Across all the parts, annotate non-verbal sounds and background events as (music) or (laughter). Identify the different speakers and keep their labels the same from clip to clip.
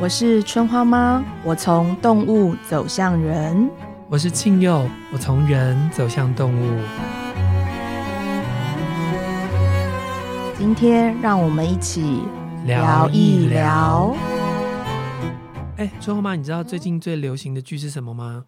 Speaker 1: 我是春花妈，我从动物走向人。
Speaker 2: 我是庆佑，我从人走向动物。
Speaker 1: 今天让我们一起
Speaker 2: 聊一聊。哎，春花妈，你知道最近最流行的剧是什么吗？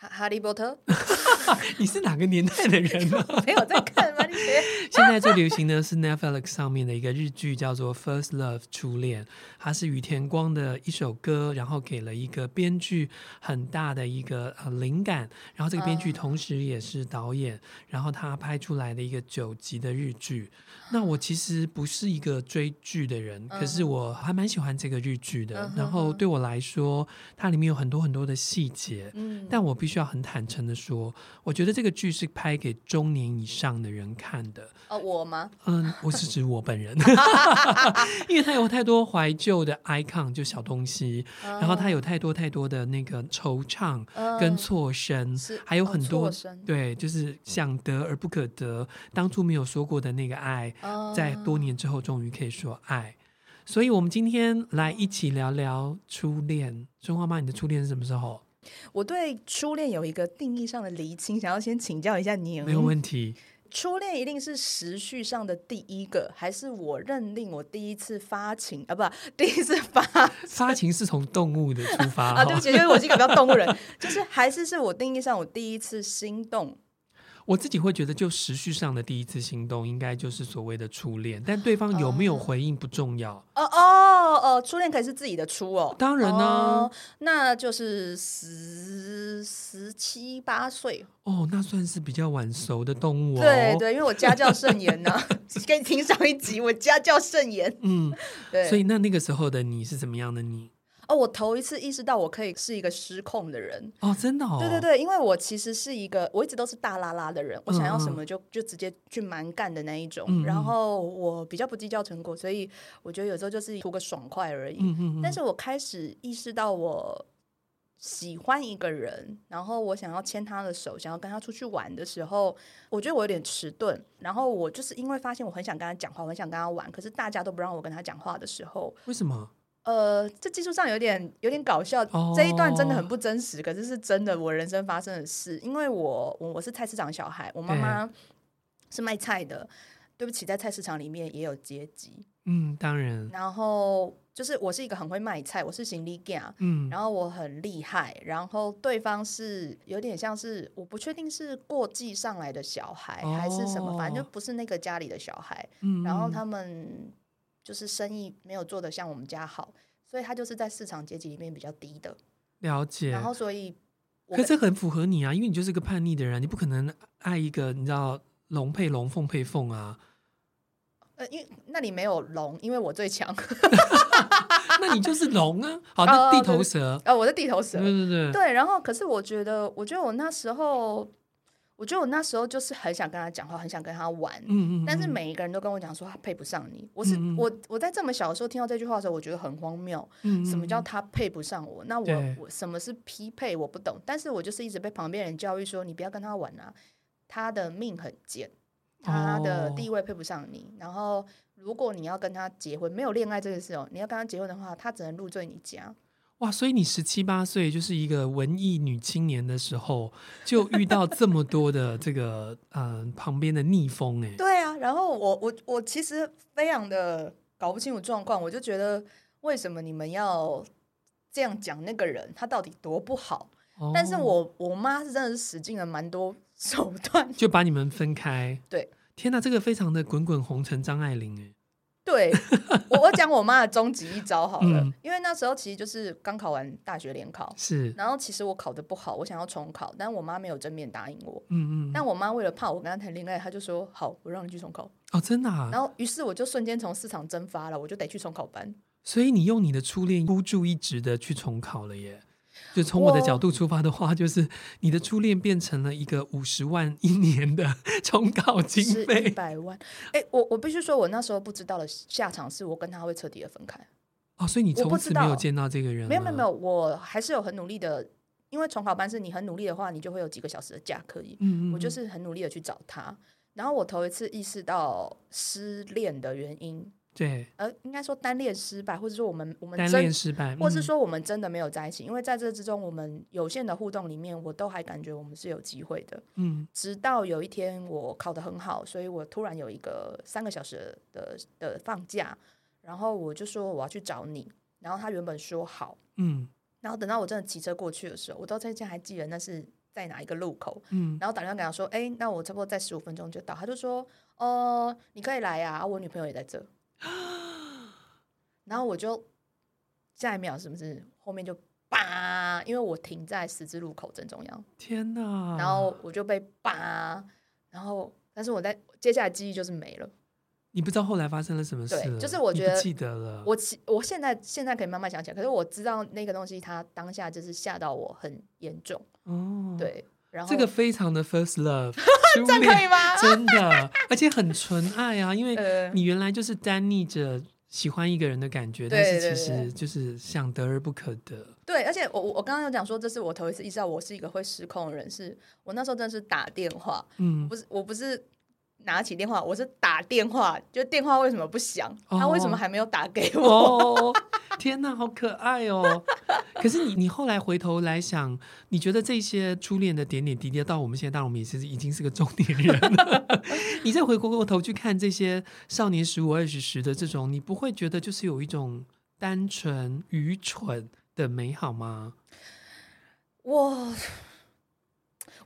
Speaker 3: 哈哈利波特
Speaker 2: (laughs) 你是哪个年代的人啊呢、
Speaker 3: 没有在看吗？你别
Speaker 2: 现在最流行的是 Netflix 上面的一个日剧，叫做《First Love》初恋，它是于田光的一首歌，然后给了一个编剧很大的一个呃灵感，然后这个编
Speaker 3: 嗯
Speaker 2: 剧同时也是导演，然后他拍出来的一个九集的日剧。那我其实不是一个追剧的人，可是我还蛮喜欢这个日剧的
Speaker 3: 嗯。哼
Speaker 2: 然后对我来说，它里面有很多很多的细节，
Speaker 3: 嗯，
Speaker 2: 但我必须要很坦诚的说，我觉得这个剧是拍给中年以上的人看的。
Speaker 3: (laughs) 哦我吗？
Speaker 2: 嗯，我是指我本人，
Speaker 3: (laughs)
Speaker 2: (laughs) 因为它有太多怀旧的 icon 就小东西，
Speaker 1: 嗯
Speaker 3: 嗯
Speaker 2: 然后它有太多太多的那个惆怅跟错身，
Speaker 3: 是
Speaker 2: 还有
Speaker 3: 哦
Speaker 2: 很多、
Speaker 3: 错身
Speaker 2: 对，就是想得而不可得，当初没有说过的那个爱，
Speaker 3: 嗯
Speaker 2: 在多年之后终于可以说爱。所以，我们今天来一起聊聊初恋。春花妈，你的初恋是什么时候？
Speaker 3: 我对初恋有一个定义上的厘清，想要先请教一下您。
Speaker 2: 没有问
Speaker 3: (laughs)
Speaker 2: 题。
Speaker 3: 初恋一定是时序上的第一个，还是我认定我第一次发情
Speaker 1: (laughs)
Speaker 3: 啊？不，第一次发啊
Speaker 2: 发情是从动物的出发
Speaker 3: 啊！对不
Speaker 2: 哈
Speaker 3: 起，因为我是一个比较动物人，就是还是是我定义上我第一次心动。
Speaker 2: 我自己会觉得，就时序上的第一次心动，应该就是所谓的初恋，但对方有没有回应不重要。
Speaker 3: 哦哦哦，初恋可以是自己的初哦，
Speaker 2: 当然啊呢
Speaker 3: 哦那就是十十七八岁，
Speaker 2: 哦，那算是比较晚熟的动物哦。
Speaker 3: 对对，因为我家教甚严呐、
Speaker 2: (laughs)
Speaker 3: 跟你听上一集，我家教甚严。
Speaker 2: 嗯，
Speaker 3: 对，
Speaker 2: 所以那那个时候的你是怎么样的你？
Speaker 3: 哦，我头一次意识到我可以是一个失控的人。
Speaker 2: 哦，真的哦，
Speaker 3: 对对，对，因为我其实是一个，我一直都是大拉拉的人，我想要什
Speaker 2: 嗯嗯
Speaker 3: 么就就直接去蛮干的那一种。
Speaker 2: 嗯嗯
Speaker 3: 然后我比较不计较成果，所以我觉得有时候就是图个爽快而已。
Speaker 2: 嗯嗯嗯，
Speaker 3: 但是我开始意识到我喜欢一个人，然后我想要牵他的手，想要跟他出去玩的时候，我觉得我有点迟钝。然后我就是因为发现我很想跟他讲话，我很想跟他玩，可是大家都不让我跟他讲话的时候，
Speaker 2: 为什么？
Speaker 3: 呃，这技术上有点有点搞笑，
Speaker 2: 哦
Speaker 3: 这一段真的很不真实，可是是真的我人生发生的事。因为我我我是菜市场小孩，我妈
Speaker 2: 对
Speaker 3: 妈是卖菜的，对不起，在菜市场里面也有阶级。
Speaker 2: 嗯，当然，
Speaker 3: 然后就是我是一个很会卖菜，我是行李架，
Speaker 2: 嗯，
Speaker 3: 然后我很厉害，然后对方是有点像是我不确定是过继上来的小孩、还是什么，反正
Speaker 2: 哦
Speaker 3: 就不是那个家里的小孩。
Speaker 2: 嗯
Speaker 3: 然后
Speaker 2: 嗯
Speaker 3: 他们就是生意没有做得像我们家好，所以他就是在市场阶级里面比较低的。
Speaker 2: 了解，
Speaker 3: 然后所以我
Speaker 2: 可
Speaker 3: 跟
Speaker 2: 是很符合你啊，因为你就是个叛逆的人，你不可能爱一个你知道龙配龙，凤配凤啊，
Speaker 3: 呃，因为那里没有龙，因为我最强。
Speaker 2: 那你就是龙啊。好，
Speaker 3: (laughs) 哦
Speaker 2: 那地
Speaker 3: 对
Speaker 2: 头
Speaker 3: 对
Speaker 2: 蛇，
Speaker 3: 呃，我是地头蛇
Speaker 2: 对。对对，
Speaker 3: 对，然后可是我觉得，我觉得我那时候，我觉得我那时候就是很想跟他讲话，很想跟他玩。
Speaker 2: 嗯嗯，
Speaker 3: 但是
Speaker 2: 嗯
Speaker 3: 每一个人都跟我讲说他配不上你，我是、
Speaker 2: 嗯嗯
Speaker 3: 我我在这么小的时候听到这句话的时候，我觉得很荒谬。
Speaker 2: 嗯
Speaker 3: 什么
Speaker 2: 嗯
Speaker 3: 叫
Speaker 2: 嗯
Speaker 3: 他配不上我？那
Speaker 2: 对
Speaker 3: 我我什么是匹配？我不懂。但是我就是一直被旁边人教育说，你不要跟他玩啊，他的命很贱，他的
Speaker 2: 哦
Speaker 3: 地位配不上你。然后如果你要跟他结婚，没有恋爱这件事哦，你要跟他结婚的话，他只能入赘你家。
Speaker 2: 哇，所以你十七八岁就是一个文艺女青年的时候，就遇到这么多的这个嗯、呃旁边的逆风哎、
Speaker 3: 对啊，然后我我我其实非常的搞不清楚状况，我就觉得为什么你们要这样讲那个人，他到底多不好？
Speaker 2: 哦
Speaker 3: 但是我我妈是真的是使尽了蛮多手段
Speaker 2: 就把你们分开。
Speaker 3: 对，
Speaker 2: 天哪，这个非常的滚滚红尘张爱玲哎、
Speaker 3: 对我，我讲我妈的终极一招好了，
Speaker 2: 嗯
Speaker 3: 因为那时候其实就是刚考完大学联考，
Speaker 2: 是，
Speaker 3: 然后其实我考的不好，我想要重考，但我妈没有正面答应我。
Speaker 2: 嗯嗯嗯，
Speaker 3: 但我妈为了怕我跟她谈恋爱，她就说好，我让你去重考。
Speaker 2: 哦，真的、啊
Speaker 3: 然。后于是我就瞬间从市场蒸发了，我就得去重考班。
Speaker 2: 所以你用你的初恋孤注一掷的去重考了耶。就从我的
Speaker 3: 我
Speaker 2: 角度出发的话，就是你的初恋变成了一个五十万一年的 (laughs) 重考
Speaker 3: 是
Speaker 2: 经
Speaker 3: 一
Speaker 2: 费。
Speaker 3: 百万。哎、我我必须说，我那时候不知道的下场是我跟他会彻底的分开。
Speaker 2: 哦，所以你
Speaker 3: 我不
Speaker 2: 从
Speaker 3: 知
Speaker 2: 此没有
Speaker 3: 道
Speaker 2: 见到这个人了？
Speaker 3: 没有没有没有，我还是有很努力的，因为重考班是你很努力的话，你就会有几个小时的假可以。
Speaker 2: 嗯，嗯嗯，
Speaker 3: 我就是很努力的去找他。然后我头一次意识到失恋的原因，
Speaker 2: 对，
Speaker 3: 呃，应该说单恋失败，或者说我们我们
Speaker 2: 单
Speaker 3: 真
Speaker 2: 恋，失败，
Speaker 3: 或是
Speaker 2: 嗯
Speaker 3: 说我们真的没有在一起，因为在这之中，我们有限的互动里面，我都还感觉我们是有机会的。
Speaker 2: 嗯
Speaker 3: 直到有一天我考得很好，所以我突然有一个三个小时的的放假，然后我就说我要去找你，然后他原本说好，
Speaker 2: 嗯
Speaker 3: 然后等到我真的骑车过去的时候，我到现在还记得那是在哪一个路口，
Speaker 2: 嗯，
Speaker 3: 然后打电话给他说，哎、那我差不多在十五分钟就到，他就说，哦、你可以来呀、啊，我女朋友也在这，然后我就下一秒是不是后面就叭，因为我停在十字路口正中央。
Speaker 2: 天哪！
Speaker 3: 然后我就被扒，然后但是我在接下来记忆就是没了。
Speaker 2: 你不知道后来发生了什么事
Speaker 3: 对
Speaker 2: 了，
Speaker 3: 就是我
Speaker 2: 你
Speaker 3: 觉
Speaker 2: 不
Speaker 3: 得
Speaker 2: 记得了，
Speaker 3: 我其我现在现在可以慢慢想起来，可是我知道那个东西它当下就是吓到我很严重，
Speaker 2: 哦，，
Speaker 3: 对，然后
Speaker 2: 这个非常的 first love，
Speaker 3: (laughs)
Speaker 2: 初
Speaker 3: 这样可以
Speaker 2: 恋，
Speaker 3: 吗？ (laughs)
Speaker 2: 真的，而且很纯爱啊，因为
Speaker 3: 呃
Speaker 2: 你原来就是单逆着喜欢一个人的感觉，
Speaker 3: 对
Speaker 2: 但是
Speaker 3: 对
Speaker 2: 其
Speaker 3: 对
Speaker 2: 实就是想得而不可得，
Speaker 3: 对，而且我我我刚刚有讲说，这是我头一次意识到我是一个会失控的人，是我那时候真的是打电话，
Speaker 2: 嗯
Speaker 3: 不是我不是。拿起电话，我是打电话，就电话为什么不响？他为什
Speaker 2: 哦
Speaker 3: 么还没有打给我？
Speaker 2: 哦， (laughs) 天哪，好可爱哦！可是你，你后来回头来想，你觉得这些初恋的点点滴滴，到我们现在，当然我们也是已经是个中年人了。你再回过过头去看这些少年十五、二十、十的这种，你不会觉得就是有一种单纯、愚蠢的美好吗？
Speaker 3: 我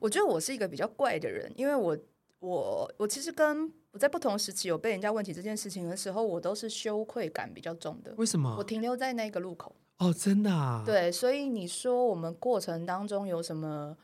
Speaker 3: 我觉得我是一个比较怪的人，因为我我我其实跟我在不同时期有被人家问起这件事情的时候，我都是羞愧感比较重的。
Speaker 2: 为什
Speaker 3: 我
Speaker 2: 么？
Speaker 3: 停留在那个路口，
Speaker 2: 哦，真的啊？，
Speaker 3: 对，所以你说我们过程当中有什么，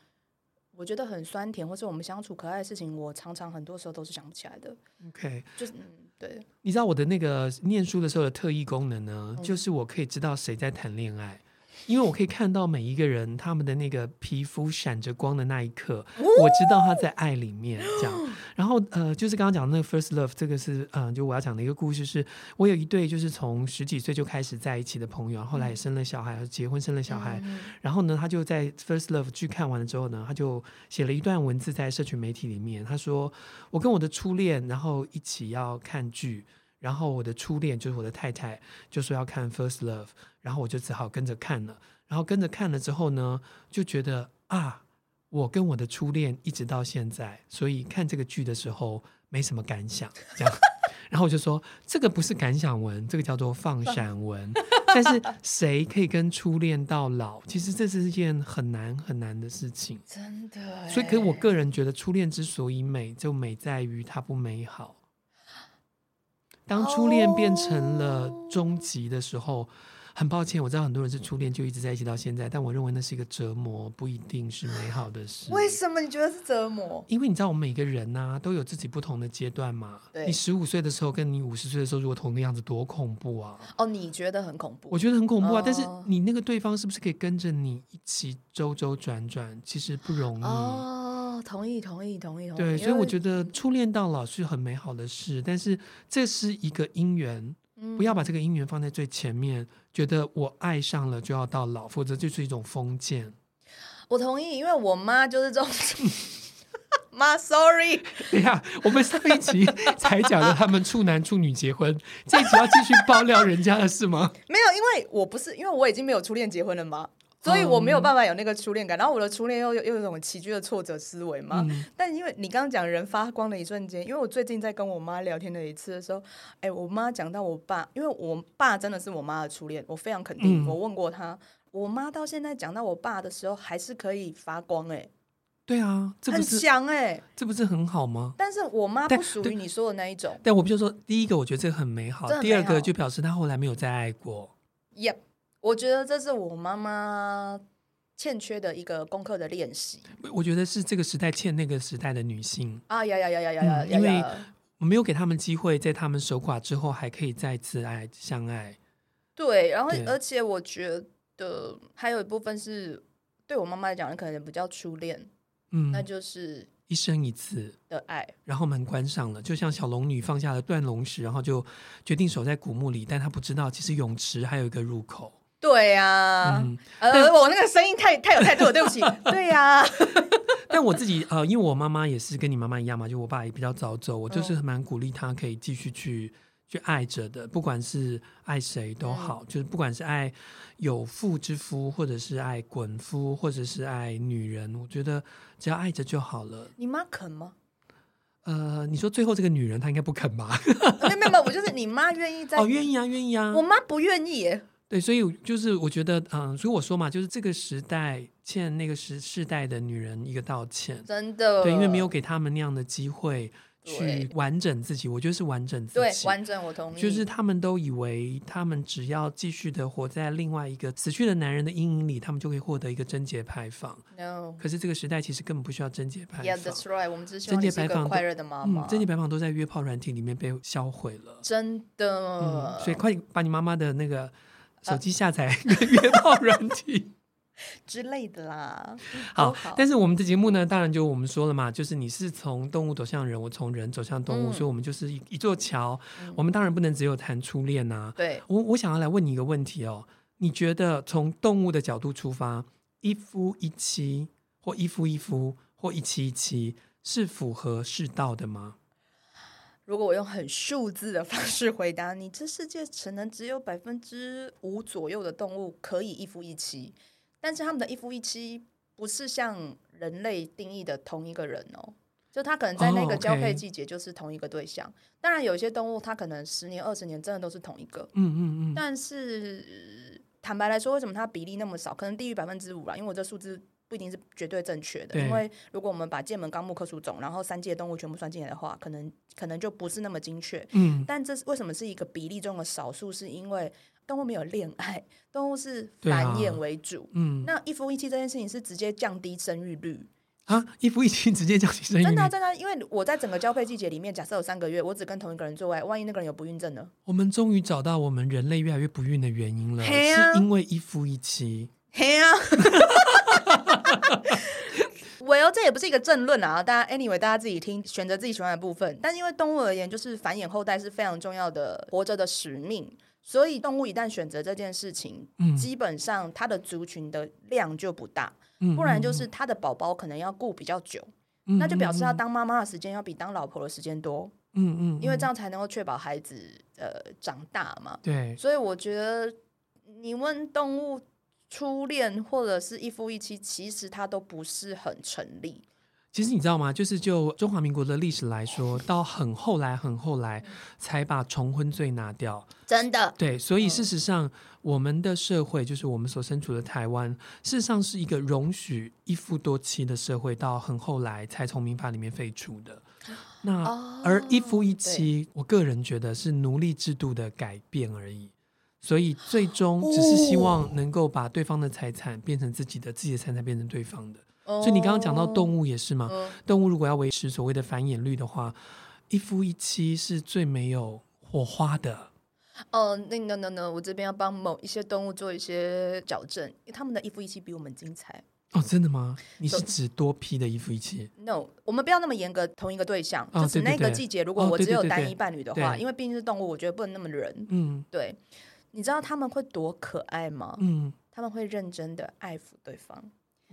Speaker 3: 我觉得很酸甜，或是我们相处可爱的事情，我常常很多时候都是想不起来的。
Speaker 2: OK，
Speaker 3: 就是嗯，对，
Speaker 2: 你知道我的那个念书的时候的特异功能呢，
Speaker 3: 嗯
Speaker 2: 就是我可以知道谁在谈恋爱，因为我可以看到每一个人他们的那个皮肤闪着光的那一刻，我知道他在爱里面这样。然后呃，就是刚刚讲的那个 first love，这个是嗯、呃就我要讲的一个故事是，我有一对就是从十几岁就开始在一起的朋友，然后后来也生了小孩，结婚生了小孩，
Speaker 3: 嗯
Speaker 2: 然后呢，他就在《First Love》剧看完了之后呢，他就写了一段文字在社群媒体里面，他说：“我跟我的初恋，然后一起要看剧，然后我的初恋就是我的太太，就说要看《First Love》，然后我就只好跟着看了。然后跟着看了之后呢，就觉得啊，我跟我的初恋一直到现在，所以看这个剧的时候没什么感想，这样。” (laughs) 然后我就说，这个不是感想文，这个叫做放闪文。 (laughs) 但是谁可以跟初恋到老？其实这是一件很难很难的事情。
Speaker 3: 真的欸。
Speaker 2: 所以，可是我个人觉得，初恋之所以美，就美在于它不美好。当初恋变成了终极的时候，很抱歉，我知道很多人是初恋就一直在一起到现在，但我认为那是一个折磨，不一定是美好的事。
Speaker 3: 为什么你觉得是折磨？
Speaker 2: 因为你知道，我们每个人呐、都有自己不同的阶段嘛。
Speaker 3: 对
Speaker 2: 你十五岁的时候跟你五十岁的时候，如果同个样子，多恐怖啊！
Speaker 3: 哦，你觉得很恐怖？
Speaker 2: 我觉得很恐怖啊。但是
Speaker 3: 哦
Speaker 2: 你那个对方是不是可以跟着你一起周周转转？其实不容易。
Speaker 3: 哦，同意，同意，同意，同意。
Speaker 2: 嗯对，
Speaker 3: 因
Speaker 2: 所以我
Speaker 3: 为
Speaker 2: 觉得初恋到老是很美好的事，但是这是一个姻缘，不
Speaker 3: 嗯
Speaker 2: 要把这个姻缘放在最前面，觉得我爱上了就要到老，否则就是一种封建。 (laughs)
Speaker 3: 我同意，因为我妈就是这种。妈，sorry，
Speaker 2: 等一下，哎我们上一
Speaker 3: (laughs)
Speaker 2: 集才讲了他们处男处女结婚，这一集要继续爆料人家的是
Speaker 3: (laughs)
Speaker 2: 吗？
Speaker 3: 没有，因为我不是，因为我已经没有初恋结婚了嘛，所以我没
Speaker 2: 嗯
Speaker 3: 有办法有那个初恋感。然后我的初恋又又又有一种崎岖的挫折思维嘛。
Speaker 2: 嗯
Speaker 3: 但因为你刚刚讲人发光的一瞬间，因为我最近在跟我妈聊天的一次的时候，哎，我妈讲到我爸，因为我爸真的是我妈的初恋，我非常肯定。
Speaker 2: 嗯
Speaker 3: 我问过她，我妈到现在讲到我爸的时候，还是可以发光、
Speaker 2: 对啊，这
Speaker 3: 哎，
Speaker 2: 不
Speaker 3: 很
Speaker 2: 是
Speaker 3: 强、哎。
Speaker 2: 这不是很好吗？
Speaker 3: 但是我妈
Speaker 2: 但
Speaker 3: 不属
Speaker 2: 对
Speaker 3: 于你说的那一种。
Speaker 2: 但我不就说，第一个我觉得这个很美好
Speaker 3: 这，很
Speaker 2: 第二
Speaker 3: 美
Speaker 2: 个
Speaker 3: 好
Speaker 2: 就表示他后来没有再爱过。
Speaker 3: Yep，我觉得这是我妈妈欠缺的一个功课的练习
Speaker 2: 我我觉得是这个时代欠那个时代的女性，
Speaker 3: 啊！呀呀呀呀呀呀
Speaker 2: 嗯
Speaker 3: 呀
Speaker 2: 因为
Speaker 3: 呀！
Speaker 2: 没有给他们机会，在他们守寡之后，还可以再次爱相爱。
Speaker 3: 对，然后
Speaker 2: 对
Speaker 3: 而且我觉得还有一部分是对我妈妈来讲，可能比较初恋，
Speaker 2: 嗯
Speaker 3: 那，就是
Speaker 2: 一生一次，
Speaker 3: 的爱。
Speaker 2: 然后门关上了，就像小龙女放下了断龙石，然后就决定守在古墓里，但她不知道其实泳池还有一个入口。
Speaker 3: 对呀、啊，
Speaker 2: 嗯，
Speaker 3: 呃，
Speaker 2: 但
Speaker 3: 我那个声音太太有态度了，对不
Speaker 2: (laughs)
Speaker 3: 起。对呀、 (laughs)
Speaker 2: 但我自己呃，
Speaker 3: 嗯
Speaker 2: 因为我妈妈也是跟你妈妈一样嘛，就我爸也比较早走，我就是蛮鼓励她可以继续去。去爱着的，不管是爱谁都
Speaker 3: 嗯
Speaker 2: 好，就是不管是爱有妇之夫，或者是爱滚夫，或者是爱女人，我觉得只要爱着就好了。
Speaker 3: 你妈肯吗？
Speaker 2: 呃，你说最后这个女人她应该不肯吧？
Speaker 3: 没有没有没有，我就是你妈愿意 (laughs) 在，
Speaker 2: 哦，愿意啊，愿意啊
Speaker 3: 我。妈不愿意耶。
Speaker 2: 对，所以就是我觉得，嗯，所以我说嘛，就是这个时代欠那个时世代的女人一个道歉，
Speaker 3: 真的，
Speaker 2: 对，因为没有给他们那样的机会去
Speaker 3: 呃对
Speaker 2: 完整自己，我觉得是完整自
Speaker 3: 对
Speaker 2: 己。
Speaker 3: 完整，我同意，
Speaker 2: 就是他们都以为，他们只要继续的活在另外一个死去的男人的阴影里，他们就可以获得一个贞洁牌坊。
Speaker 3: no。
Speaker 2: 可是这个时代其实根本不需要贞洁牌
Speaker 3: Yeah,
Speaker 2: 坊
Speaker 3: that's right。我们只希望
Speaker 2: 贞
Speaker 3: 你
Speaker 2: 洁
Speaker 3: 是一
Speaker 2: 牌坊
Speaker 3: 个
Speaker 2: 都
Speaker 3: 快乐的妈妈
Speaker 2: 嗯，。贞洁牌坊都在约炮软体里面被销毁了。
Speaker 3: 真
Speaker 2: 嗯，
Speaker 3: 的，
Speaker 2: 所以快点把你妈妈的那
Speaker 3: 呃
Speaker 2: 个手机下载 (laughs) 约炮软体。
Speaker 3: 之类的啦。
Speaker 2: 好
Speaker 3: 都好，
Speaker 2: 但是我们的节目呢，当然就我们说了嘛，就是你是从动物走向人，我从人走向动物，
Speaker 3: 嗯
Speaker 2: 所以我们就是一一座桥。我们当然不能只有谈初恋呐、
Speaker 3: 对，
Speaker 2: 我我想要来问你一个问题哦，你觉得从动物的角度出发，一夫一妻或一夫一夫或一妻一妻是符合世道的吗？
Speaker 3: 如果我用很数字的方式回答你，这世界可能只有百分之五左右的动物可以一夫一妻，但是他们的一夫一妻不是像人类定义的同一个人哦。就他可能在那
Speaker 2: 哦
Speaker 3: 个交配
Speaker 2: ，OK
Speaker 3: 季节就是同一个对象当然有一些动物它可能十年二十年真的都是同一个，
Speaker 2: 嗯嗯嗯，
Speaker 3: 但是坦白来说，为什么它比例那么少？可能低于百分之五啦，因为我这数字不一定是绝对正确的。
Speaker 2: 对
Speaker 3: 因为如果我们把界门纲目科属种，然后三界动物全部算进来的话，可能可能就不是那么精确。
Speaker 2: 嗯，
Speaker 3: 但这是为什么是一个比例中的少数？是因为动物没有恋爱，动物是
Speaker 2: 对啊
Speaker 3: 繁衍为主。
Speaker 2: 嗯
Speaker 3: 那一夫一妻这件事情是直接降低生育率，
Speaker 2: 啊，一夫一妻直接叫起生育
Speaker 3: 真的啊
Speaker 2: 率，
Speaker 3: 真的啊，因为我在整个交配季节里面，假设有三个月，我只跟同一个人做爱，万一那个人有不孕症呢？
Speaker 2: 我们终于找到我们人类越来越不孕的原因了，
Speaker 3: 嘿啊
Speaker 2: 是因为一夫一妻。
Speaker 3: 嘿啊！well，这也不是一个正论啊，大家 anyway，大家自己听，选择自己喜欢的部分。但因为动物而言，就是繁衍后代是非常重要的活着的使命，所以动物一旦选择这件事情，
Speaker 2: 嗯
Speaker 3: 基本上它的族群的量就不大，
Speaker 2: 嗯，
Speaker 3: 不然就是它的宝宝可能要顾比较久，
Speaker 2: 嗯，
Speaker 3: 那就表示
Speaker 2: 嗯
Speaker 3: 它当妈妈的时间要比当老婆的时间多，
Speaker 2: 嗯嗯，嗯
Speaker 3: 因为这样才能够确保孩子呃长大嘛。
Speaker 2: 对，
Speaker 3: 所以我觉得你问动物初恋或者是一夫一妻，其实它都不是很成立。
Speaker 2: 其实你知道吗？就是就中华民国的历史来说，到很后来、很后来才把重婚罪拿掉。
Speaker 3: 真的，
Speaker 2: 对，所以
Speaker 3: 嗯
Speaker 2: 事实上，我们的社会就是我们所身处的台湾，事实上是一个容许一夫多妻的社会，到很后来才从民法里面废除的。那、
Speaker 3: 哦
Speaker 2: 而一夫一妻，我个人觉得是奴隶制度的改变而已。所以最终只是希
Speaker 3: 哦
Speaker 2: 望能够把对方的财产变成自己的，自己的财产变成对方的。
Speaker 3: 所
Speaker 2: 所以你刚刚讲到动，物也是嘛，
Speaker 3: 哦嗯
Speaker 2: 动物如果要维持所谓的繁衍率的话，一夫一妻是最没有火花的。
Speaker 3: 哦，那那那那，我这边要帮某一些动物做一些矫正，因为他们的一夫一妻比我们精彩。
Speaker 2: 哦，真的吗？你是指多批的一夫一妻？
Speaker 3: No，我们不要那么严格，同一个对象，
Speaker 2: 哦
Speaker 3: 就只
Speaker 2: 对对
Speaker 3: 那个
Speaker 2: 对
Speaker 3: 季节，如果
Speaker 2: 哦
Speaker 3: 我
Speaker 2: 对
Speaker 3: 只
Speaker 2: 对
Speaker 3: 有
Speaker 2: 对
Speaker 3: 单
Speaker 2: 对
Speaker 3: 一伴侣的话，
Speaker 2: 对
Speaker 3: 因为毕竟是动物，我觉得不能那么人。
Speaker 2: 嗯
Speaker 3: 对，你知道他们会多可爱吗？
Speaker 2: 嗯，
Speaker 3: 他们会认真的爱抚对方，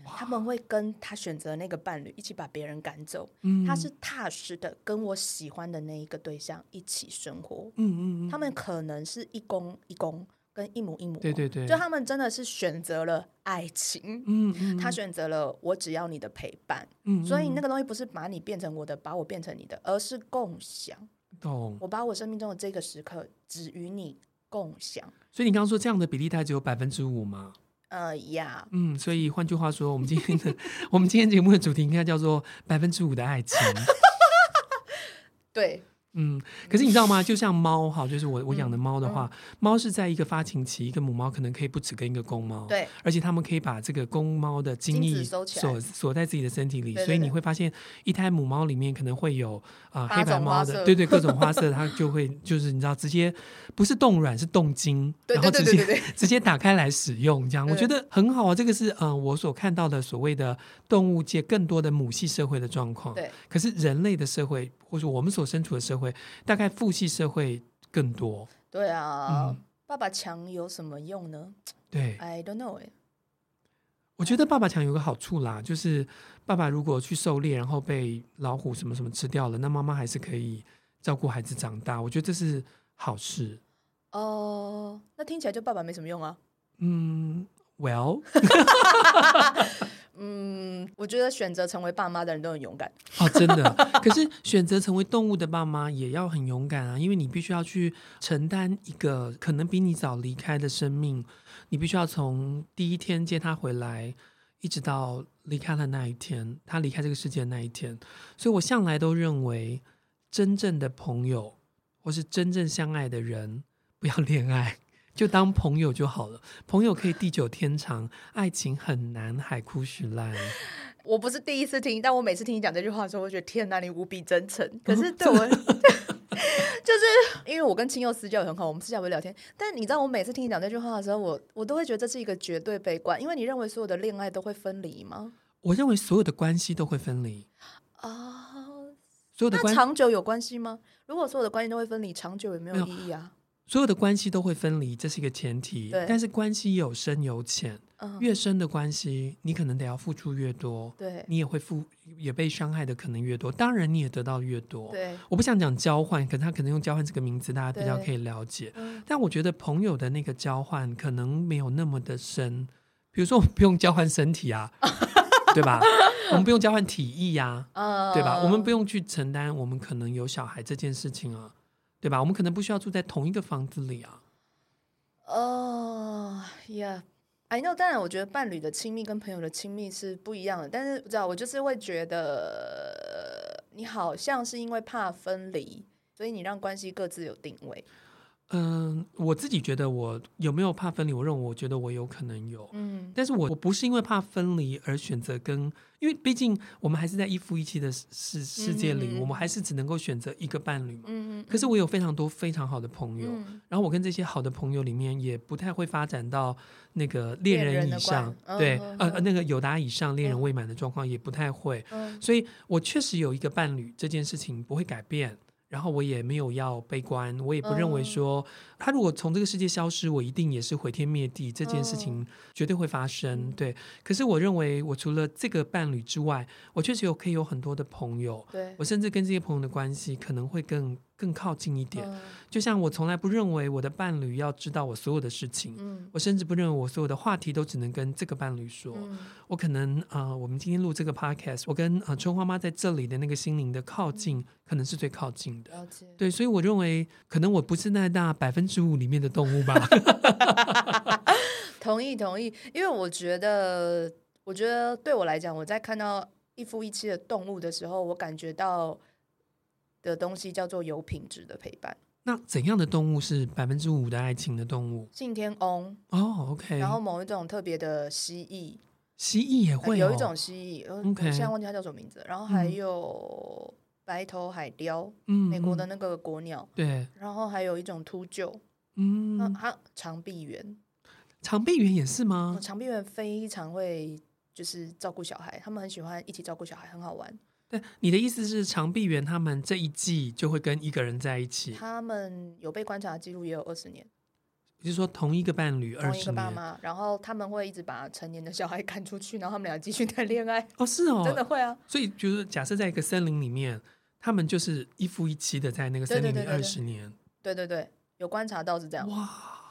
Speaker 2: 哇
Speaker 3: 他们会跟他选择的那个伴侣一起把别人赶走，
Speaker 2: 嗯
Speaker 3: 他是踏实的跟我喜欢的那一个对象一起生活。
Speaker 2: 嗯嗯嗯，
Speaker 3: 他们可能是一公一公跟一母一母哦，
Speaker 2: 对对对，
Speaker 3: 就他们真的是选择了爱情，
Speaker 2: 嗯嗯，
Speaker 3: 他选择了我只要你的陪伴，
Speaker 2: 嗯
Speaker 3: 所以那个东西不是把你变成我的，把我变成你的，而是共享。
Speaker 2: 懂。
Speaker 3: 我把我生命中的这个时刻只与你共享。
Speaker 2: 所以你刚刚说这样的比例大概只有百分之五吗？
Speaker 3: 呃呀，
Speaker 2: 嗯，所以换句话说，我们今天的 (laughs) 我们今天节目的主题应该叫做百分之五的爱情。
Speaker 3: 对，
Speaker 2: 嗯，可是你知道吗？就像猫哈，就是我我养的猫的话，猫是在一个发情期，一个母猫可能可以不止跟一个公猫，
Speaker 3: 对，
Speaker 2: 而且它们可以把这个公猫的精
Speaker 3: 精
Speaker 2: 力
Speaker 3: 子收起来
Speaker 2: 锁锁在自己的身体里，
Speaker 3: 对对
Speaker 2: 所以你
Speaker 3: 对
Speaker 2: 会发现一胎母猫里面可能会有啊、呃
Speaker 3: 八
Speaker 2: 黑白
Speaker 3: 种
Speaker 2: 猫
Speaker 3: 花
Speaker 2: 的，
Speaker 3: 色
Speaker 2: 对对，各种花色，它就
Speaker 3: (laughs)
Speaker 2: 会就是你知道直接不是冻卵是冻精，
Speaker 3: 对
Speaker 2: 然后
Speaker 3: 对
Speaker 2: 直
Speaker 3: 对对
Speaker 2: 接
Speaker 3: 对
Speaker 2: 直接打开来使用，这样我
Speaker 3: 对
Speaker 2: 觉得很好啊。这个是嗯、呃我所看到的所谓的动物界更多的母系社会的状况，
Speaker 3: 对，
Speaker 2: 可是人类的社会，或者我们所身处的社会，大概父系社会更多。
Speaker 3: 对啊，
Speaker 2: 嗯
Speaker 3: 爸爸强有什么用呢
Speaker 2: 对，
Speaker 3: ？I don't know 哎，
Speaker 2: 我觉得爸爸强有个好处啦，就是爸爸如果去狩猎，然后被老虎什么什么吃掉了，那妈妈还是可以照顾孩子长大。我觉得这是好事。
Speaker 3: 哦，那听起来就爸爸没什么用啊。
Speaker 2: 嗯，Well，
Speaker 3: 嗯，我觉得选择成为爸妈的人都很勇敢。
Speaker 2: 哦，真的。可是选择成为动物的爸妈也要很勇敢啊，因为你必须要去承担一个可能比你早离开的生命，你必须要从第一天接他回来，一直到离开的那一天，他离开这个世界的那一天。所以我向来都认为，真正的朋友或是真正相爱的人，不要恋爱。就当朋友就好了，朋友可以地久天长，爱情很难海枯石烂。
Speaker 3: 我不是第一次听，但我每次听你讲这句话的时候，我觉得天哪，你无比真诚。可 (laughs) 是对我，就是因为我跟青佑私交也很好，我们私下会聊天。但你知道，我每次听你讲这句话的时候，我我都会觉得这是一个绝对悲观，因为你认为所有的恋爱都会分离吗？
Speaker 2: 我认为所有的关系都会分离，
Speaker 3: 啊、
Speaker 2: 所有的
Speaker 3: 那
Speaker 2: 关
Speaker 3: 长久有关系吗？如果所有的关系都会分离，长久也没有意义啊。
Speaker 2: 所有的关系都会分离，这是一个前提
Speaker 3: 对。
Speaker 2: 但是关系有深有浅，
Speaker 3: 嗯，
Speaker 2: 越深的关系，你可能得要付出越多，
Speaker 3: 对
Speaker 2: 你也会付也被伤害的可能越多，当然你也得到越多。
Speaker 3: 对，
Speaker 2: 我不想讲交换，可能他可能用交换这个名词，大家比较
Speaker 3: 对
Speaker 2: 可以了解。
Speaker 3: 嗯
Speaker 2: 但我觉得朋友的那个交换可能没有那么的深，比如说我们不用交换身体
Speaker 3: (laughs)
Speaker 2: 啊，对吧？我们不用交换体意呀、啊，
Speaker 3: 呃
Speaker 2: 对吧？我们不用去承担我们可能有小孩这件事情啊，对吧？我们可能不需要住在同一个房子里啊。
Speaker 3: 哦呀，哎，那当然，我觉得伴侣的亲密跟朋友的亲密是不一样的，但是不知道，我就是会觉得你好像是因为怕分离，所以你让关系各自有定位。
Speaker 2: 嗯，我自己觉得我有没有怕分离？我认为我觉得我有可能有，
Speaker 3: 嗯，
Speaker 2: 但是我我不是因为怕分离而选择跟，因为毕竟我们还是在一夫一妻的世世世界里，
Speaker 3: 嗯嗯嗯
Speaker 2: 我们还是只能够选择一个伴侣嘛。
Speaker 3: 嗯
Speaker 2: 可是我有非常多非常好的朋友，
Speaker 3: 嗯
Speaker 2: 然后我跟这些好的朋友里面也不太会发展到那个恋
Speaker 3: 恋人
Speaker 2: 人
Speaker 3: 的
Speaker 2: 以上
Speaker 3: 关，嗯
Speaker 2: 对，
Speaker 3: 嗯
Speaker 2: 呃
Speaker 3: 嗯，
Speaker 2: 呃那个友达以上恋人未满的状况也不太会，
Speaker 3: 嗯
Speaker 2: 所以我确实有一个伴侣这件事情不会改变。然后我也没有要悲观，我也不认为说、
Speaker 3: 嗯
Speaker 2: 他如果从这个世界消失，我一定也是毁天灭地，这件
Speaker 3: 嗯
Speaker 2: 事情绝对会发生。对，可是我认为我除了这个伴侣之外，我确实有可以有很多的朋友，
Speaker 3: 对
Speaker 2: 我，甚至跟这些朋友的关系可能会更更靠近一点。
Speaker 3: 嗯
Speaker 2: 就像我从来不认为我的伴侣要知道我所有的事情，
Speaker 3: 嗯
Speaker 2: 我甚至不认为我所有的话题都只能跟这个伴侣说。
Speaker 3: 嗯
Speaker 2: 我可能啊、呃我们今天录这个 podcast，我跟呃春花妈在这里的那个心灵的靠近，可能是最靠近的。
Speaker 3: 了解。
Speaker 2: 对，所以我认为可能我不是那大百分之五里面的动
Speaker 3: (laughs)
Speaker 2: 物吧。
Speaker 3: 同意同意，因为我觉得，我觉得对我来讲，我在看到一夫一妻的动物的时候，我感觉到的东西叫做有品质的陪伴。
Speaker 2: 那怎样的动物是百分之五的爱情的动物？
Speaker 3: 信天翁，
Speaker 2: 哦，OK，
Speaker 3: 然后某一种特别的蜥蜴，
Speaker 2: 蜥蜴也
Speaker 3: 呃
Speaker 2: 会、哦
Speaker 3: 有一种蜥蜴，呃我
Speaker 2: OK
Speaker 3: 现在忘记它叫什么名字了。然后还
Speaker 2: 嗯
Speaker 3: 有白头海雕，
Speaker 2: 嗯
Speaker 3: 美国的
Speaker 2: 嗯
Speaker 3: 那个国鸟，
Speaker 2: 对，
Speaker 3: 然后还有一种秃鹫，
Speaker 2: 嗯，
Speaker 3: 那还有长臂猿。
Speaker 2: 长臂猿也是
Speaker 3: 哦？
Speaker 2: 吗
Speaker 3: 长臂猿非常会就是照顾小孩，他们很喜欢一起照顾小孩，很好玩。
Speaker 2: 对，你的意思是长臂猿他们这一季就会跟一个人在一起，
Speaker 3: 他们有被观察记录也有二十年，
Speaker 2: 就是说同一个伴侣二
Speaker 3: 同一
Speaker 2: 十
Speaker 3: 个爸
Speaker 2: 年
Speaker 3: 妈，然后他们会一直把成年的小孩赶出去，然后他们俩继续谈恋爱，
Speaker 2: 哦，是哦，
Speaker 3: 真的会啊。
Speaker 2: 所以就是假设在一个森林里面，他们就是一夫一妻的在那个森
Speaker 3: 对
Speaker 2: 林里
Speaker 3: 对对对嗯
Speaker 2: 二
Speaker 3: 对
Speaker 2: 十年，
Speaker 3: 对对对，有观察到是这样，
Speaker 2: 哇！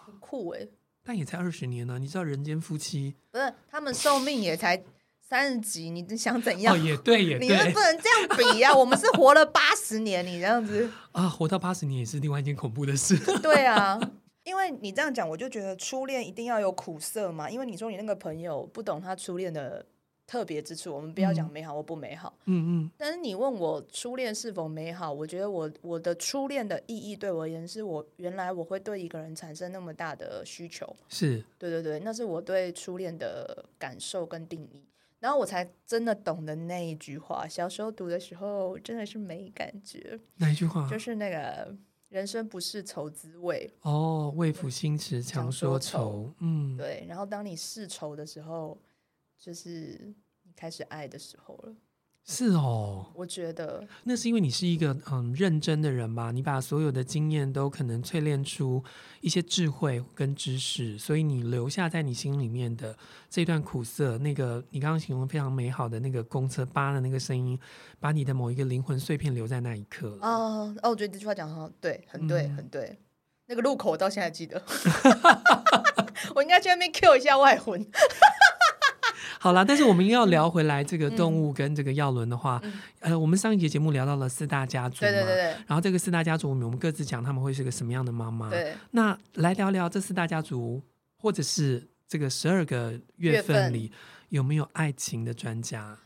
Speaker 3: 很酷诶、
Speaker 2: 但也才二十年呢、你知道人间夫妻
Speaker 3: 不是，他们寿命也才三十几，你你想怎样？
Speaker 2: 哦，也对，也
Speaker 3: 你们
Speaker 2: 对
Speaker 3: 不能这样比呀、啊！我们是活了八十年，你这样子，
Speaker 2: 啊，活到八十年也是另外一件恐怖的事。
Speaker 3: 对啊。因为你这样讲，我就觉得初恋一定要有苦涩嘛。因为你说你那个朋友不懂他初恋的特别之处，我们不要讲美好或不美好。
Speaker 2: 嗯嗯，
Speaker 3: 但 (laughs) 是你问我初恋是否美好，我觉得我我的初恋的意义对我而言，是我原来我会对一个人产生那么大的需求。
Speaker 2: (laughs) 是
Speaker 3: 对对对，那是我对初恋的感受跟定义。然后我才真的懂得那一句话，小时候读的时候真的是没感觉，
Speaker 2: 哪一句话？
Speaker 3: 就是那个人生不是愁滋味，
Speaker 2: 哦，为赋新词
Speaker 3: 强
Speaker 2: 强
Speaker 3: 说
Speaker 2: 说
Speaker 3: 愁
Speaker 2: 愁。嗯，
Speaker 3: 对。然后当你世愁的时候，就是你开始爱的时候了。
Speaker 2: 是哦。
Speaker 3: 我觉得，
Speaker 2: 那是因为你是一个嗯认真的人吧，你把所有的经验都可能淬炼出一些智慧跟知识，所以你留下在你心里面的这段苦涩，那个你刚刚形容非常美好的那个公车叭的那个声音，把你的某一个灵魂碎片留在那一刻
Speaker 3: 哦
Speaker 2: 了。
Speaker 3: 啊、哦，我觉得这句话讲得很好，对，很对，
Speaker 2: 嗯
Speaker 3: 很对。那个路口我到现在还记得， (laughs) 我应该去那边 Q 一下外魂。
Speaker 2: 好啦，但是我们
Speaker 3: 嗯
Speaker 2: 要聊回来这个动物跟这个药轮的话，呃，我们上一节节目聊到了四大家族
Speaker 3: 对
Speaker 2: 嘛，
Speaker 3: 对对
Speaker 2: 然后这个四大家族，我们我们各自讲他们会是个什么样的妈妈。
Speaker 3: 对，对，
Speaker 2: 那来聊聊这四大家族，或者是这个十二个月份里有没有爱情的专家？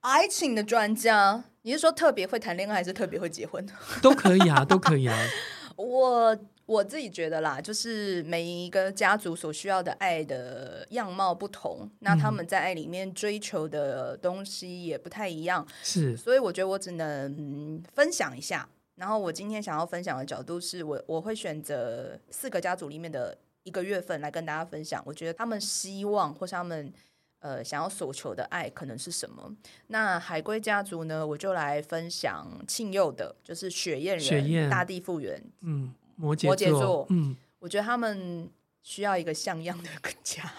Speaker 3: 爱情的专家，你是说特别会谈恋爱，还是特别会结婚？ (laughs)
Speaker 2: 都可以啊，都可以啊。
Speaker 3: 我我自己觉得啦，就是每一个家族所需要的爱的样貌不同，那他们在爱里面追求的东西也不太一样，
Speaker 2: 是， (laughs)
Speaker 3: 所以我觉得我只能、嗯分享一下。然后我今天想要分享的角度是我我会选择四个家族里面的一个月份来跟大家分享，我觉得他们希望或是他们呃想要所求的爱可能是什么。那海龟家族呢，我就来分享庆佑的，就是雪燕人、
Speaker 2: 雪燕
Speaker 3: 大地复原
Speaker 2: 嗯，摩羯
Speaker 3: 摩羯座
Speaker 2: 嗯，
Speaker 3: 我觉得他们需要一个像样的家，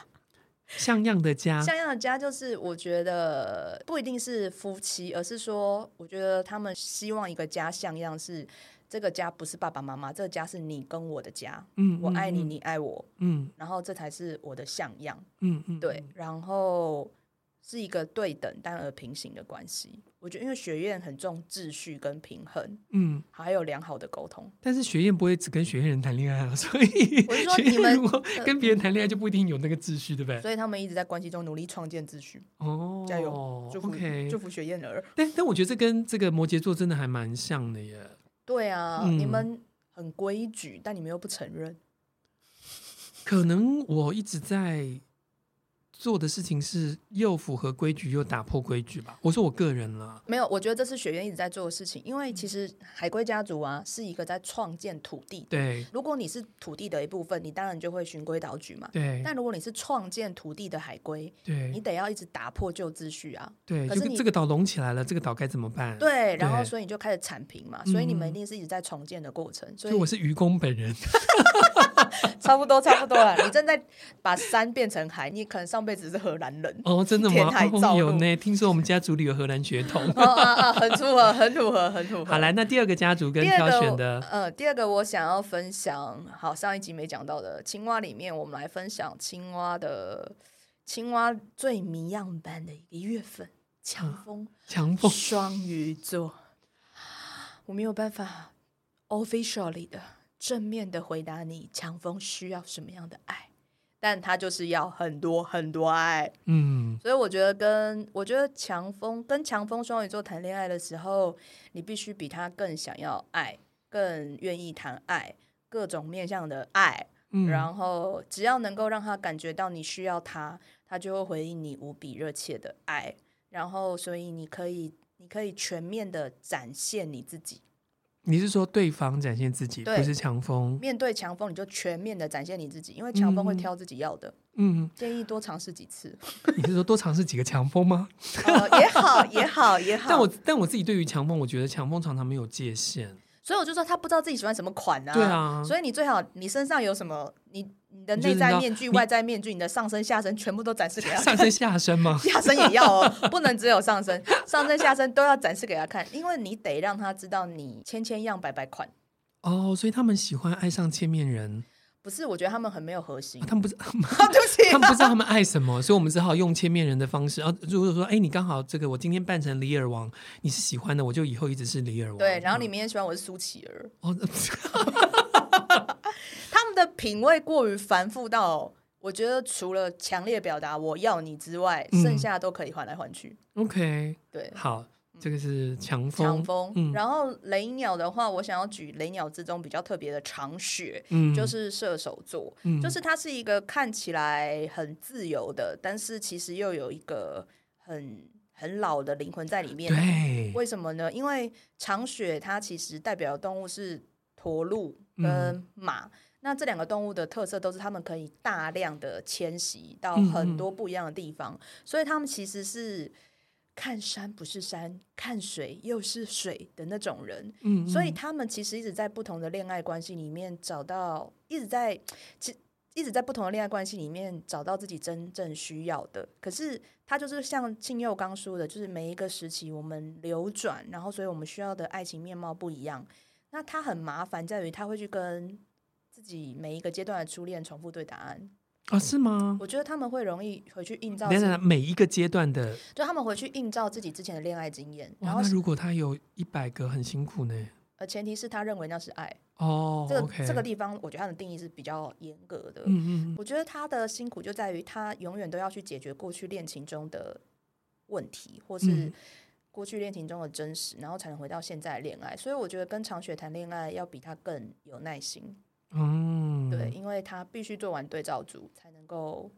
Speaker 2: 像样的家，
Speaker 3: 像样的家就是我觉得不一定是夫妻，而是说，我觉得他们希望一个家像样是这个家不是爸爸妈妈，这个家是你跟我的家，
Speaker 2: 嗯，
Speaker 3: 我爱你，
Speaker 2: 嗯，
Speaker 3: 你爱我，
Speaker 2: 嗯
Speaker 3: 然后这才是我的像样，
Speaker 2: 嗯嗯，
Speaker 3: 对，然后是一个对等但而平行的关系。我觉得因为学院很重秩序跟平衡，
Speaker 2: 嗯。
Speaker 3: 还有良好的沟通。
Speaker 2: 但是学院不会只跟学院人谈恋爱啊，所以
Speaker 3: 我是说
Speaker 2: 学
Speaker 3: 你们呃
Speaker 2: 院如果 (laughs) 跟别人谈恋爱就不一定有那个秩序，对不对？
Speaker 3: 所以他们一直在关系中努力创建秩序，
Speaker 2: 哦，
Speaker 3: 加油，祝福
Speaker 2: OK，
Speaker 3: 祝福雪燕儿。
Speaker 2: 但但我觉得这跟这个摩羯座真的还蛮像的耶。
Speaker 3: 对啊，你
Speaker 2: 嗯
Speaker 3: 们很规矩，但你们又不承认。
Speaker 2: 可能我一直在做的事情是又符合规矩又打破规矩吧。我说我个人啦，
Speaker 3: 没有，我觉得这是学院一直在做的事情，因为
Speaker 2: 嗯
Speaker 3: 其实海龟家族啊是一个在创建土地。
Speaker 2: 对
Speaker 3: 如果你是土地的一部分，你当然就会循规蹈矩嘛。
Speaker 2: 对
Speaker 3: 但如果你是创建土地的海龟，你
Speaker 2: 对
Speaker 3: 得要一直打破旧秩序啊。
Speaker 2: 对，
Speaker 3: 可
Speaker 2: 就是跟
Speaker 3: 你
Speaker 2: 这个岛隆起来了，这个岛该怎么办？，
Speaker 3: 对，然后
Speaker 2: 嗯对
Speaker 3: 所以你就开始铲平嘛，所以你们
Speaker 2: 嗯
Speaker 3: 一定是一直在重建的过程。所
Speaker 2: 所以我
Speaker 3: 以
Speaker 2: 是愚公本人。
Speaker 3: 差不多差不多了，你正在把山变成海，你可能上辈子是荷兰人。 (laughs)
Speaker 2: 哦，真的吗
Speaker 3: 填？海
Speaker 2: 哦，
Speaker 3: 造
Speaker 2: 有
Speaker 3: 陆
Speaker 2: 呢。听说我们家族里有荷兰
Speaker 3: (laughs)
Speaker 2: 血统。
Speaker 3: 哦啊啊，很符合，很符合，很符合。
Speaker 2: 好，来，那第二个家族跟
Speaker 3: 第二
Speaker 2: 挑
Speaker 3: 个
Speaker 2: 选
Speaker 3: 我
Speaker 2: 的，
Speaker 3: 呃，第二个我想要分享，好，上一集没讲到的青蛙里面，我们来分享青蛙的青蛙最迷样般的一个月份，
Speaker 2: 啊
Speaker 3: 强
Speaker 2: (laughs)
Speaker 3: 风 (laughs)
Speaker 2: 强风
Speaker 3: 双鱼座。我没有办法 officially 的正面的回答你，强风需要什么样的爱，但他就是要很多很多爱。
Speaker 2: 嗯，
Speaker 3: 所以我觉得跟我觉得强风跟强风双鱼座谈恋爱的时候，你必须比他更想要爱，更愿意谈爱，各种面向的爱。
Speaker 2: 嗯
Speaker 3: 然后只要能够让他感觉到你需要他，他就会回应你无比热切的爱。然后，所以你可以，你可以全面的展现你自己。
Speaker 2: 你是说对方展现自己，
Speaker 3: 对
Speaker 2: 不是
Speaker 3: (laughs)
Speaker 2: 强风？
Speaker 3: 面对强风，你就全面的展现你自己，因为强风会
Speaker 2: 嗯
Speaker 3: 挑自己要的。
Speaker 2: 嗯，
Speaker 3: 建议多尝试几
Speaker 2: (laughs)
Speaker 3: 次，
Speaker 2: 你是说多尝试几个强风吗？
Speaker 3: 呃，也好，也好，也好。
Speaker 2: 但我但我自己对于强风，我觉得强风常常没有界限。
Speaker 3: 所以我就说他不知道自己喜欢什么款啊。
Speaker 2: 对啊
Speaker 3: 所以你最好你身上有什么，你你的
Speaker 2: 你就
Speaker 3: 内
Speaker 2: 是你知
Speaker 3: 在
Speaker 2: 道
Speaker 3: 面具、
Speaker 2: 你
Speaker 3: 外在面具，你的上身、下身全部都展示给他看。
Speaker 2: 上身下
Speaker 3: (laughs)
Speaker 2: 身吗？
Speaker 3: 下身也要哦，不能只有上身，上身、下身都要展示给他看，因为你得让他知道你千千样百百款。
Speaker 2: 哦，所以他们喜欢爱上千面人，
Speaker 3: 不是，我觉得他们很没有核心
Speaker 2: 啊、。他们不知 (laughs)
Speaker 3: 啊对不起
Speaker 2: 他们不知道他们爱什么，所以我们只好用千面人的方式。啊，如果说，哎，你刚好这个我今天扮成李尔王，你是喜欢的，我就以后一直是李尔王。
Speaker 3: 对，然后你明天喜欢我是苏乞儿，
Speaker 2: 哦， (laughs)
Speaker 3: 他们的品味过于繁复到，我觉得除了强烈表达我要你之外，
Speaker 2: 嗯
Speaker 3: 剩下都可以换来换去。
Speaker 2: OK，
Speaker 3: 对，嗯
Speaker 2: 好，这个是强风，
Speaker 3: 强风。
Speaker 2: 嗯
Speaker 3: 然后雷鸟的话，我想要举雷鸟之中比较特别的长雪，
Speaker 2: 嗯
Speaker 3: 就是射手座，
Speaker 2: 嗯
Speaker 3: 就是它是一个看起来很自由的，但是其实又有一个很很老的灵魂在里面。
Speaker 2: 对，
Speaker 3: 为什么呢？因为长雪它其实代表的动物是驼鹿
Speaker 2: 嗯
Speaker 3: 跟马。那这两个动物的特色都是它们可以大量的迁徙到
Speaker 2: 嗯
Speaker 3: 很多不一样的地方，所以它们其实是看山不是山，看水又是水的那种人。
Speaker 2: 嗯，嗯
Speaker 3: 所以他们其实一直在不同的恋爱关系里面找到，一直在其一直在不同的恋爱关系里面找到自己真正需要的。可是他就是像庆佑刚说的，就是每一个时期我们流转，然后所以我们需要的爱情面貌不一样。那他很麻烦在于他会去跟自己每一个阶段的初恋重复对答案。
Speaker 2: 啊，是吗？
Speaker 3: 我觉得他们会容易回去映照
Speaker 2: 等
Speaker 3: 自
Speaker 2: 一
Speaker 3: 己，
Speaker 2: 下，每一个阶段的，
Speaker 3: 就他们回去映照自己之前的恋爱经验，然
Speaker 2: 哇，
Speaker 3: 后
Speaker 2: 那如果他有一百个，很辛苦呢。
Speaker 3: 呃前提是他认为那是爱。
Speaker 2: 哦
Speaker 3: 这个
Speaker 2: ，OK，
Speaker 3: 这个地方，我觉得他的定义是比较严格的。
Speaker 2: 嗯嗯嗯，
Speaker 3: 我觉得他的辛苦就在于他永远都要去解决过去恋情中的问题，或是
Speaker 2: 嗯
Speaker 3: 过去恋情中的真实，然后才能回到现在的恋爱。所以我觉得跟长雪谈恋爱要比他更有耐心，
Speaker 2: 嗯，
Speaker 3: 对，，因为他必须做完对照组才能够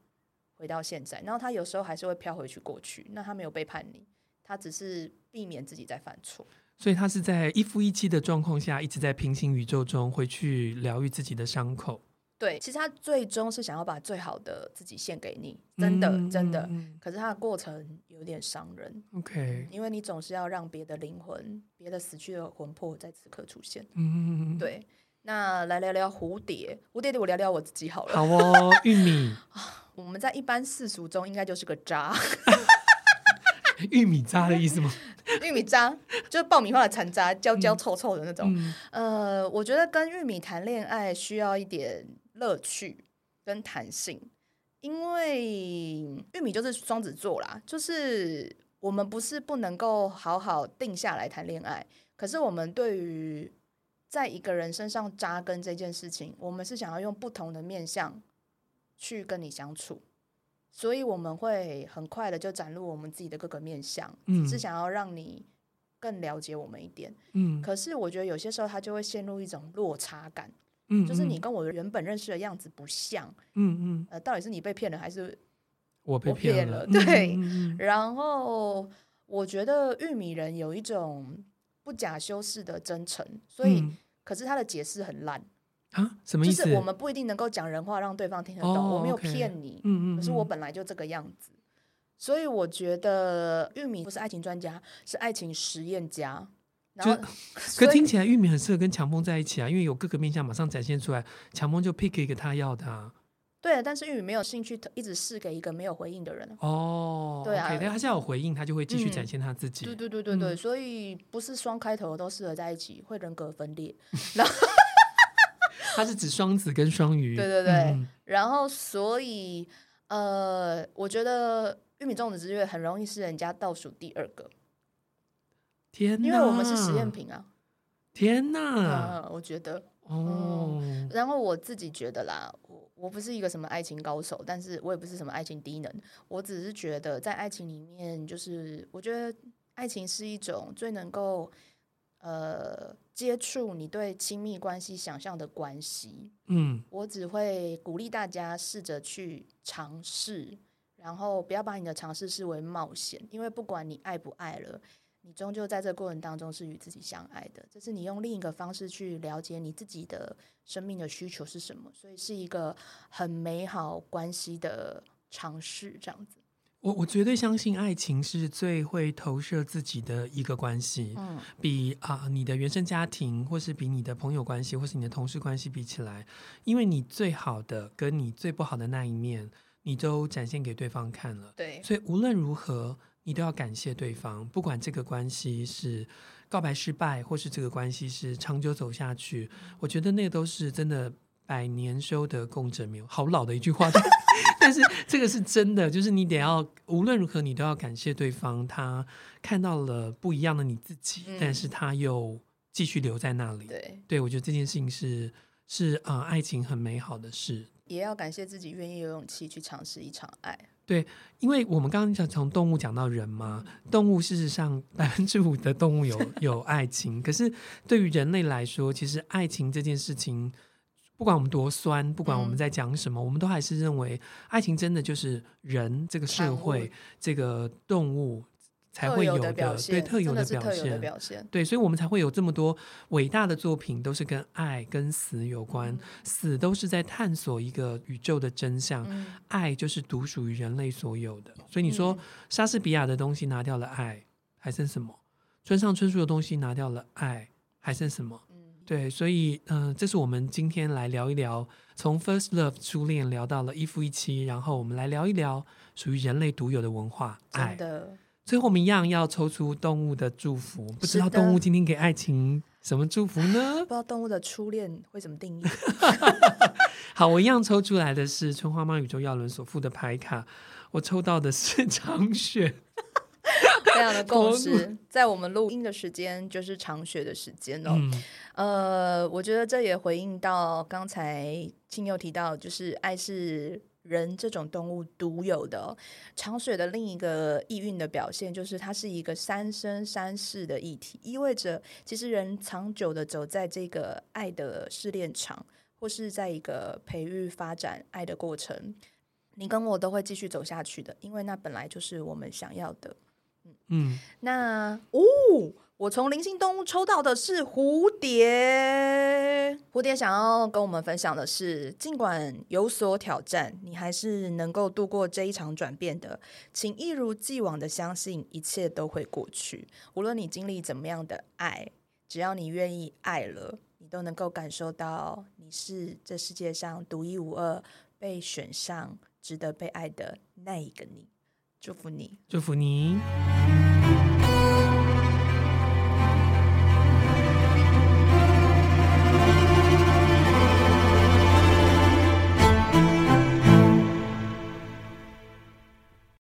Speaker 3: 回到现在。然后他有时候还是会飘回去过去，那他没有背叛你，他只是避免自己再犯错。
Speaker 2: 所以他是在一夫一妻的状况下，一直在平行宇宙中回去疗愈自己的伤口。
Speaker 3: 对，其实他最终是想要把最好的自己献给你，真的，真的。
Speaker 2: 嗯嗯
Speaker 3: 可是他的过程有点伤人，
Speaker 2: 嗯，OK，
Speaker 3: 因为你总是要让别的灵魂、别的死去的魂魄在此刻出现。
Speaker 2: 嗯，嗯，嗯嗯
Speaker 3: 对，那来聊聊蝴蝶。蝴蝶，我聊聊我自己好了。
Speaker 2: 好哦，玉米，
Speaker 3: 我们在一般世俗中应该就是个渣， (laughs)
Speaker 2: 玉米渣的意思吗？
Speaker 3: 玉米渣，就是爆米花的残渣，焦焦臭臭的那种。
Speaker 2: 嗯
Speaker 3: 呃，我觉得跟玉米谈恋爱需要一点乐趣跟弹性，因为玉米就是双子座啦，就是我们不是不能够好好定下来谈恋爱，可是我们对于在一个人身上扎根这件事情，我们是想要用不同的面向去跟你相处。所以我们会很快的就展露我们自己的各个面向，
Speaker 2: 嗯
Speaker 3: 只是想要让你更了解我们一点。
Speaker 2: 嗯
Speaker 3: 可是我觉得有些时候他就会陷入一种落差感，
Speaker 2: 嗯，
Speaker 3: 就是你跟我原本认识的样子不像，
Speaker 2: 嗯，嗯嗯，
Speaker 3: 呃，到底是你被骗了还是？
Speaker 2: 我被
Speaker 3: 我骗了
Speaker 2: 了，嗯
Speaker 3: 对
Speaker 2: 嗯嗯嗯
Speaker 3: 然后我觉得玉米人有一种不假修饰的真诚，所以、
Speaker 2: 嗯
Speaker 3: 可是他的解释很烂，
Speaker 2: 啊，什么
Speaker 3: 就
Speaker 2: 意思？
Speaker 3: 是我们不一定能够讲人话让对方听得懂，
Speaker 2: 哦
Speaker 3: 我没有
Speaker 2: OK
Speaker 3: 骗你，
Speaker 2: 嗯，嗯嗯，
Speaker 3: 可是我本来就这个样子。所以我觉得玉米不是爱情专家，是爱情实验家。然后 (laughs)
Speaker 2: 就，
Speaker 3: 所
Speaker 2: 可
Speaker 3: 以
Speaker 2: 听起来玉米很适合跟强风在一起啊，因为有各个面相马上展现出来，强风就 pick 一个他要的啊。
Speaker 3: 对，但是玉米没有兴趣一直试给一个没有回应的人啊。
Speaker 2: 哦，
Speaker 3: 对啊
Speaker 2: OK，但他现在有回应，他就会继续
Speaker 3: 嗯
Speaker 2: 展现他自己。
Speaker 3: 对对对对对，
Speaker 2: 嗯
Speaker 3: 所以不是双开头的都适合在一起，会人格分裂。
Speaker 2: 他是指双子跟双鱼。
Speaker 3: 对对对
Speaker 2: 嗯
Speaker 3: 然后，所以呃，我觉得玉米种子之月很容易是人家倒数第二个，
Speaker 2: 天哪，
Speaker 3: 因为我们是实验。品啊。
Speaker 2: 天哪，
Speaker 3: 嗯，我觉得。
Speaker 2: 哦，
Speaker 3: 然后我自己觉得啦，我我不是一个什么爱情高手，但是我也不是什么爱情低能，我只是觉得在爱情里面，就是我觉得爱情是一种最能够呃接触你对亲密关系想象的关系。
Speaker 2: 嗯
Speaker 3: 我只会鼓励大家试着去尝试，然后不要把你的尝试视为冒险，因为不管你爱不爱了，你终究在这过程当中是与自己相爱的。这是你用另一个方式去了解你自己的生命的需求是什么，所以是一个很美好关系的尝试，这样子。
Speaker 2: 我我绝对相信爱情是最会投射自己的一个关系，
Speaker 3: 嗯，
Speaker 2: 比啊、你的原生家庭，或是比你的朋友关系，或是你的同事关系比起来，因为你最好的跟你最不好的那一面，你都展现给对方看了。
Speaker 3: 对，
Speaker 2: 所以无论如何，你都要感谢对方，不管这个关系是告白失败，或是这个关系是长久走下去，我觉得那都是真的百年修得共枕眠。好老的一句话， (laughs) 但但是这个是真的，就是你得要无论如何，你都要感谢对方，他看到了不一样的你自己，
Speaker 3: 嗯
Speaker 2: 但是他又继续留在那里。
Speaker 3: 对，
Speaker 2: 对，我觉得这件事情是是啊、呃爱情很美好的事。
Speaker 3: 也要感谢自己愿意有勇气去尝试一场爱。
Speaker 2: 因为我们刚刚讲从动物讲到人嘛，动物事实上百分之五的动
Speaker 3: (laughs)
Speaker 2: 物有有爱情，可是对于人类来说，其实爱情这件事情，不管我们多酸，不管我们
Speaker 3: 嗯
Speaker 2: 在讲什么，我们都还是认为爱情真的就是人这个社
Speaker 3: 产
Speaker 2: 会
Speaker 3: 物
Speaker 2: 这个动物才
Speaker 3: 特
Speaker 2: 会
Speaker 3: 有
Speaker 2: 的
Speaker 3: 表
Speaker 2: 对
Speaker 3: 现，
Speaker 2: 特有
Speaker 3: 真的
Speaker 2: 的
Speaker 3: 是
Speaker 2: 表
Speaker 3: 特有的
Speaker 2: 现。
Speaker 3: 表现。
Speaker 2: 对，所以我们才会有这么多伟大的作品，都是跟爱、跟死有关，死都是在探索一个宇宙的真相。
Speaker 3: 嗯嗯，
Speaker 2: 爱就是独属于人类所有的。所以你说
Speaker 3: 嗯
Speaker 2: 莎士比亚的东西拿掉了爱，还剩什么？村上春树的东西拿掉了爱，还剩什么？
Speaker 3: 嗯
Speaker 2: 对，所以嗯、呃这是我们今天来聊一聊，从 first love 初恋聊到了一夫一妻，然后我们来聊一聊属于人类独有的文化爱
Speaker 3: 真。的。
Speaker 2: 最后我们一样要抽出动物的祝福，不知道
Speaker 3: 是的
Speaker 2: 动物今天给爱情什么祝福呢 (laughs)
Speaker 3: 不？知道动物的初恋会怎么定义。
Speaker 2: 好，我一样抽出来的是春花妈宇宙耀伦所附的牌卡，我抽到的是 (laughs) 长雪。
Speaker 3: (laughs) 非常的共
Speaker 2: 同
Speaker 3: 识，在我们录音的时间就是长雪的时间哦。
Speaker 2: 嗯，
Speaker 3: 呃，我觉得这也回应到刚才青佑提到，就是爱是人这种动物独有的哦、长雪的另一个意蕴的表现，就是它是一个三生三世的议题，意味着其实人长久的走在这个爱的试炼场，或是在一个培育发展爱的过程，你跟我都会继续走下去的，因为那本来就是我们想要的。
Speaker 2: 嗯，
Speaker 3: 那哦，我从灵性动物抽到的是蝴蝶。蝴蝶想要跟我们分享的是，尽管有所挑战，你还是能够度过这一场转变的。请一如既往的相信，一切都会过去。无论你经历怎么样的爱，只要你愿意爱了，你都能够感受到你是这世界上独一无二、被选上、值得被爱的那一个你。祝福你。
Speaker 2: 祝福您。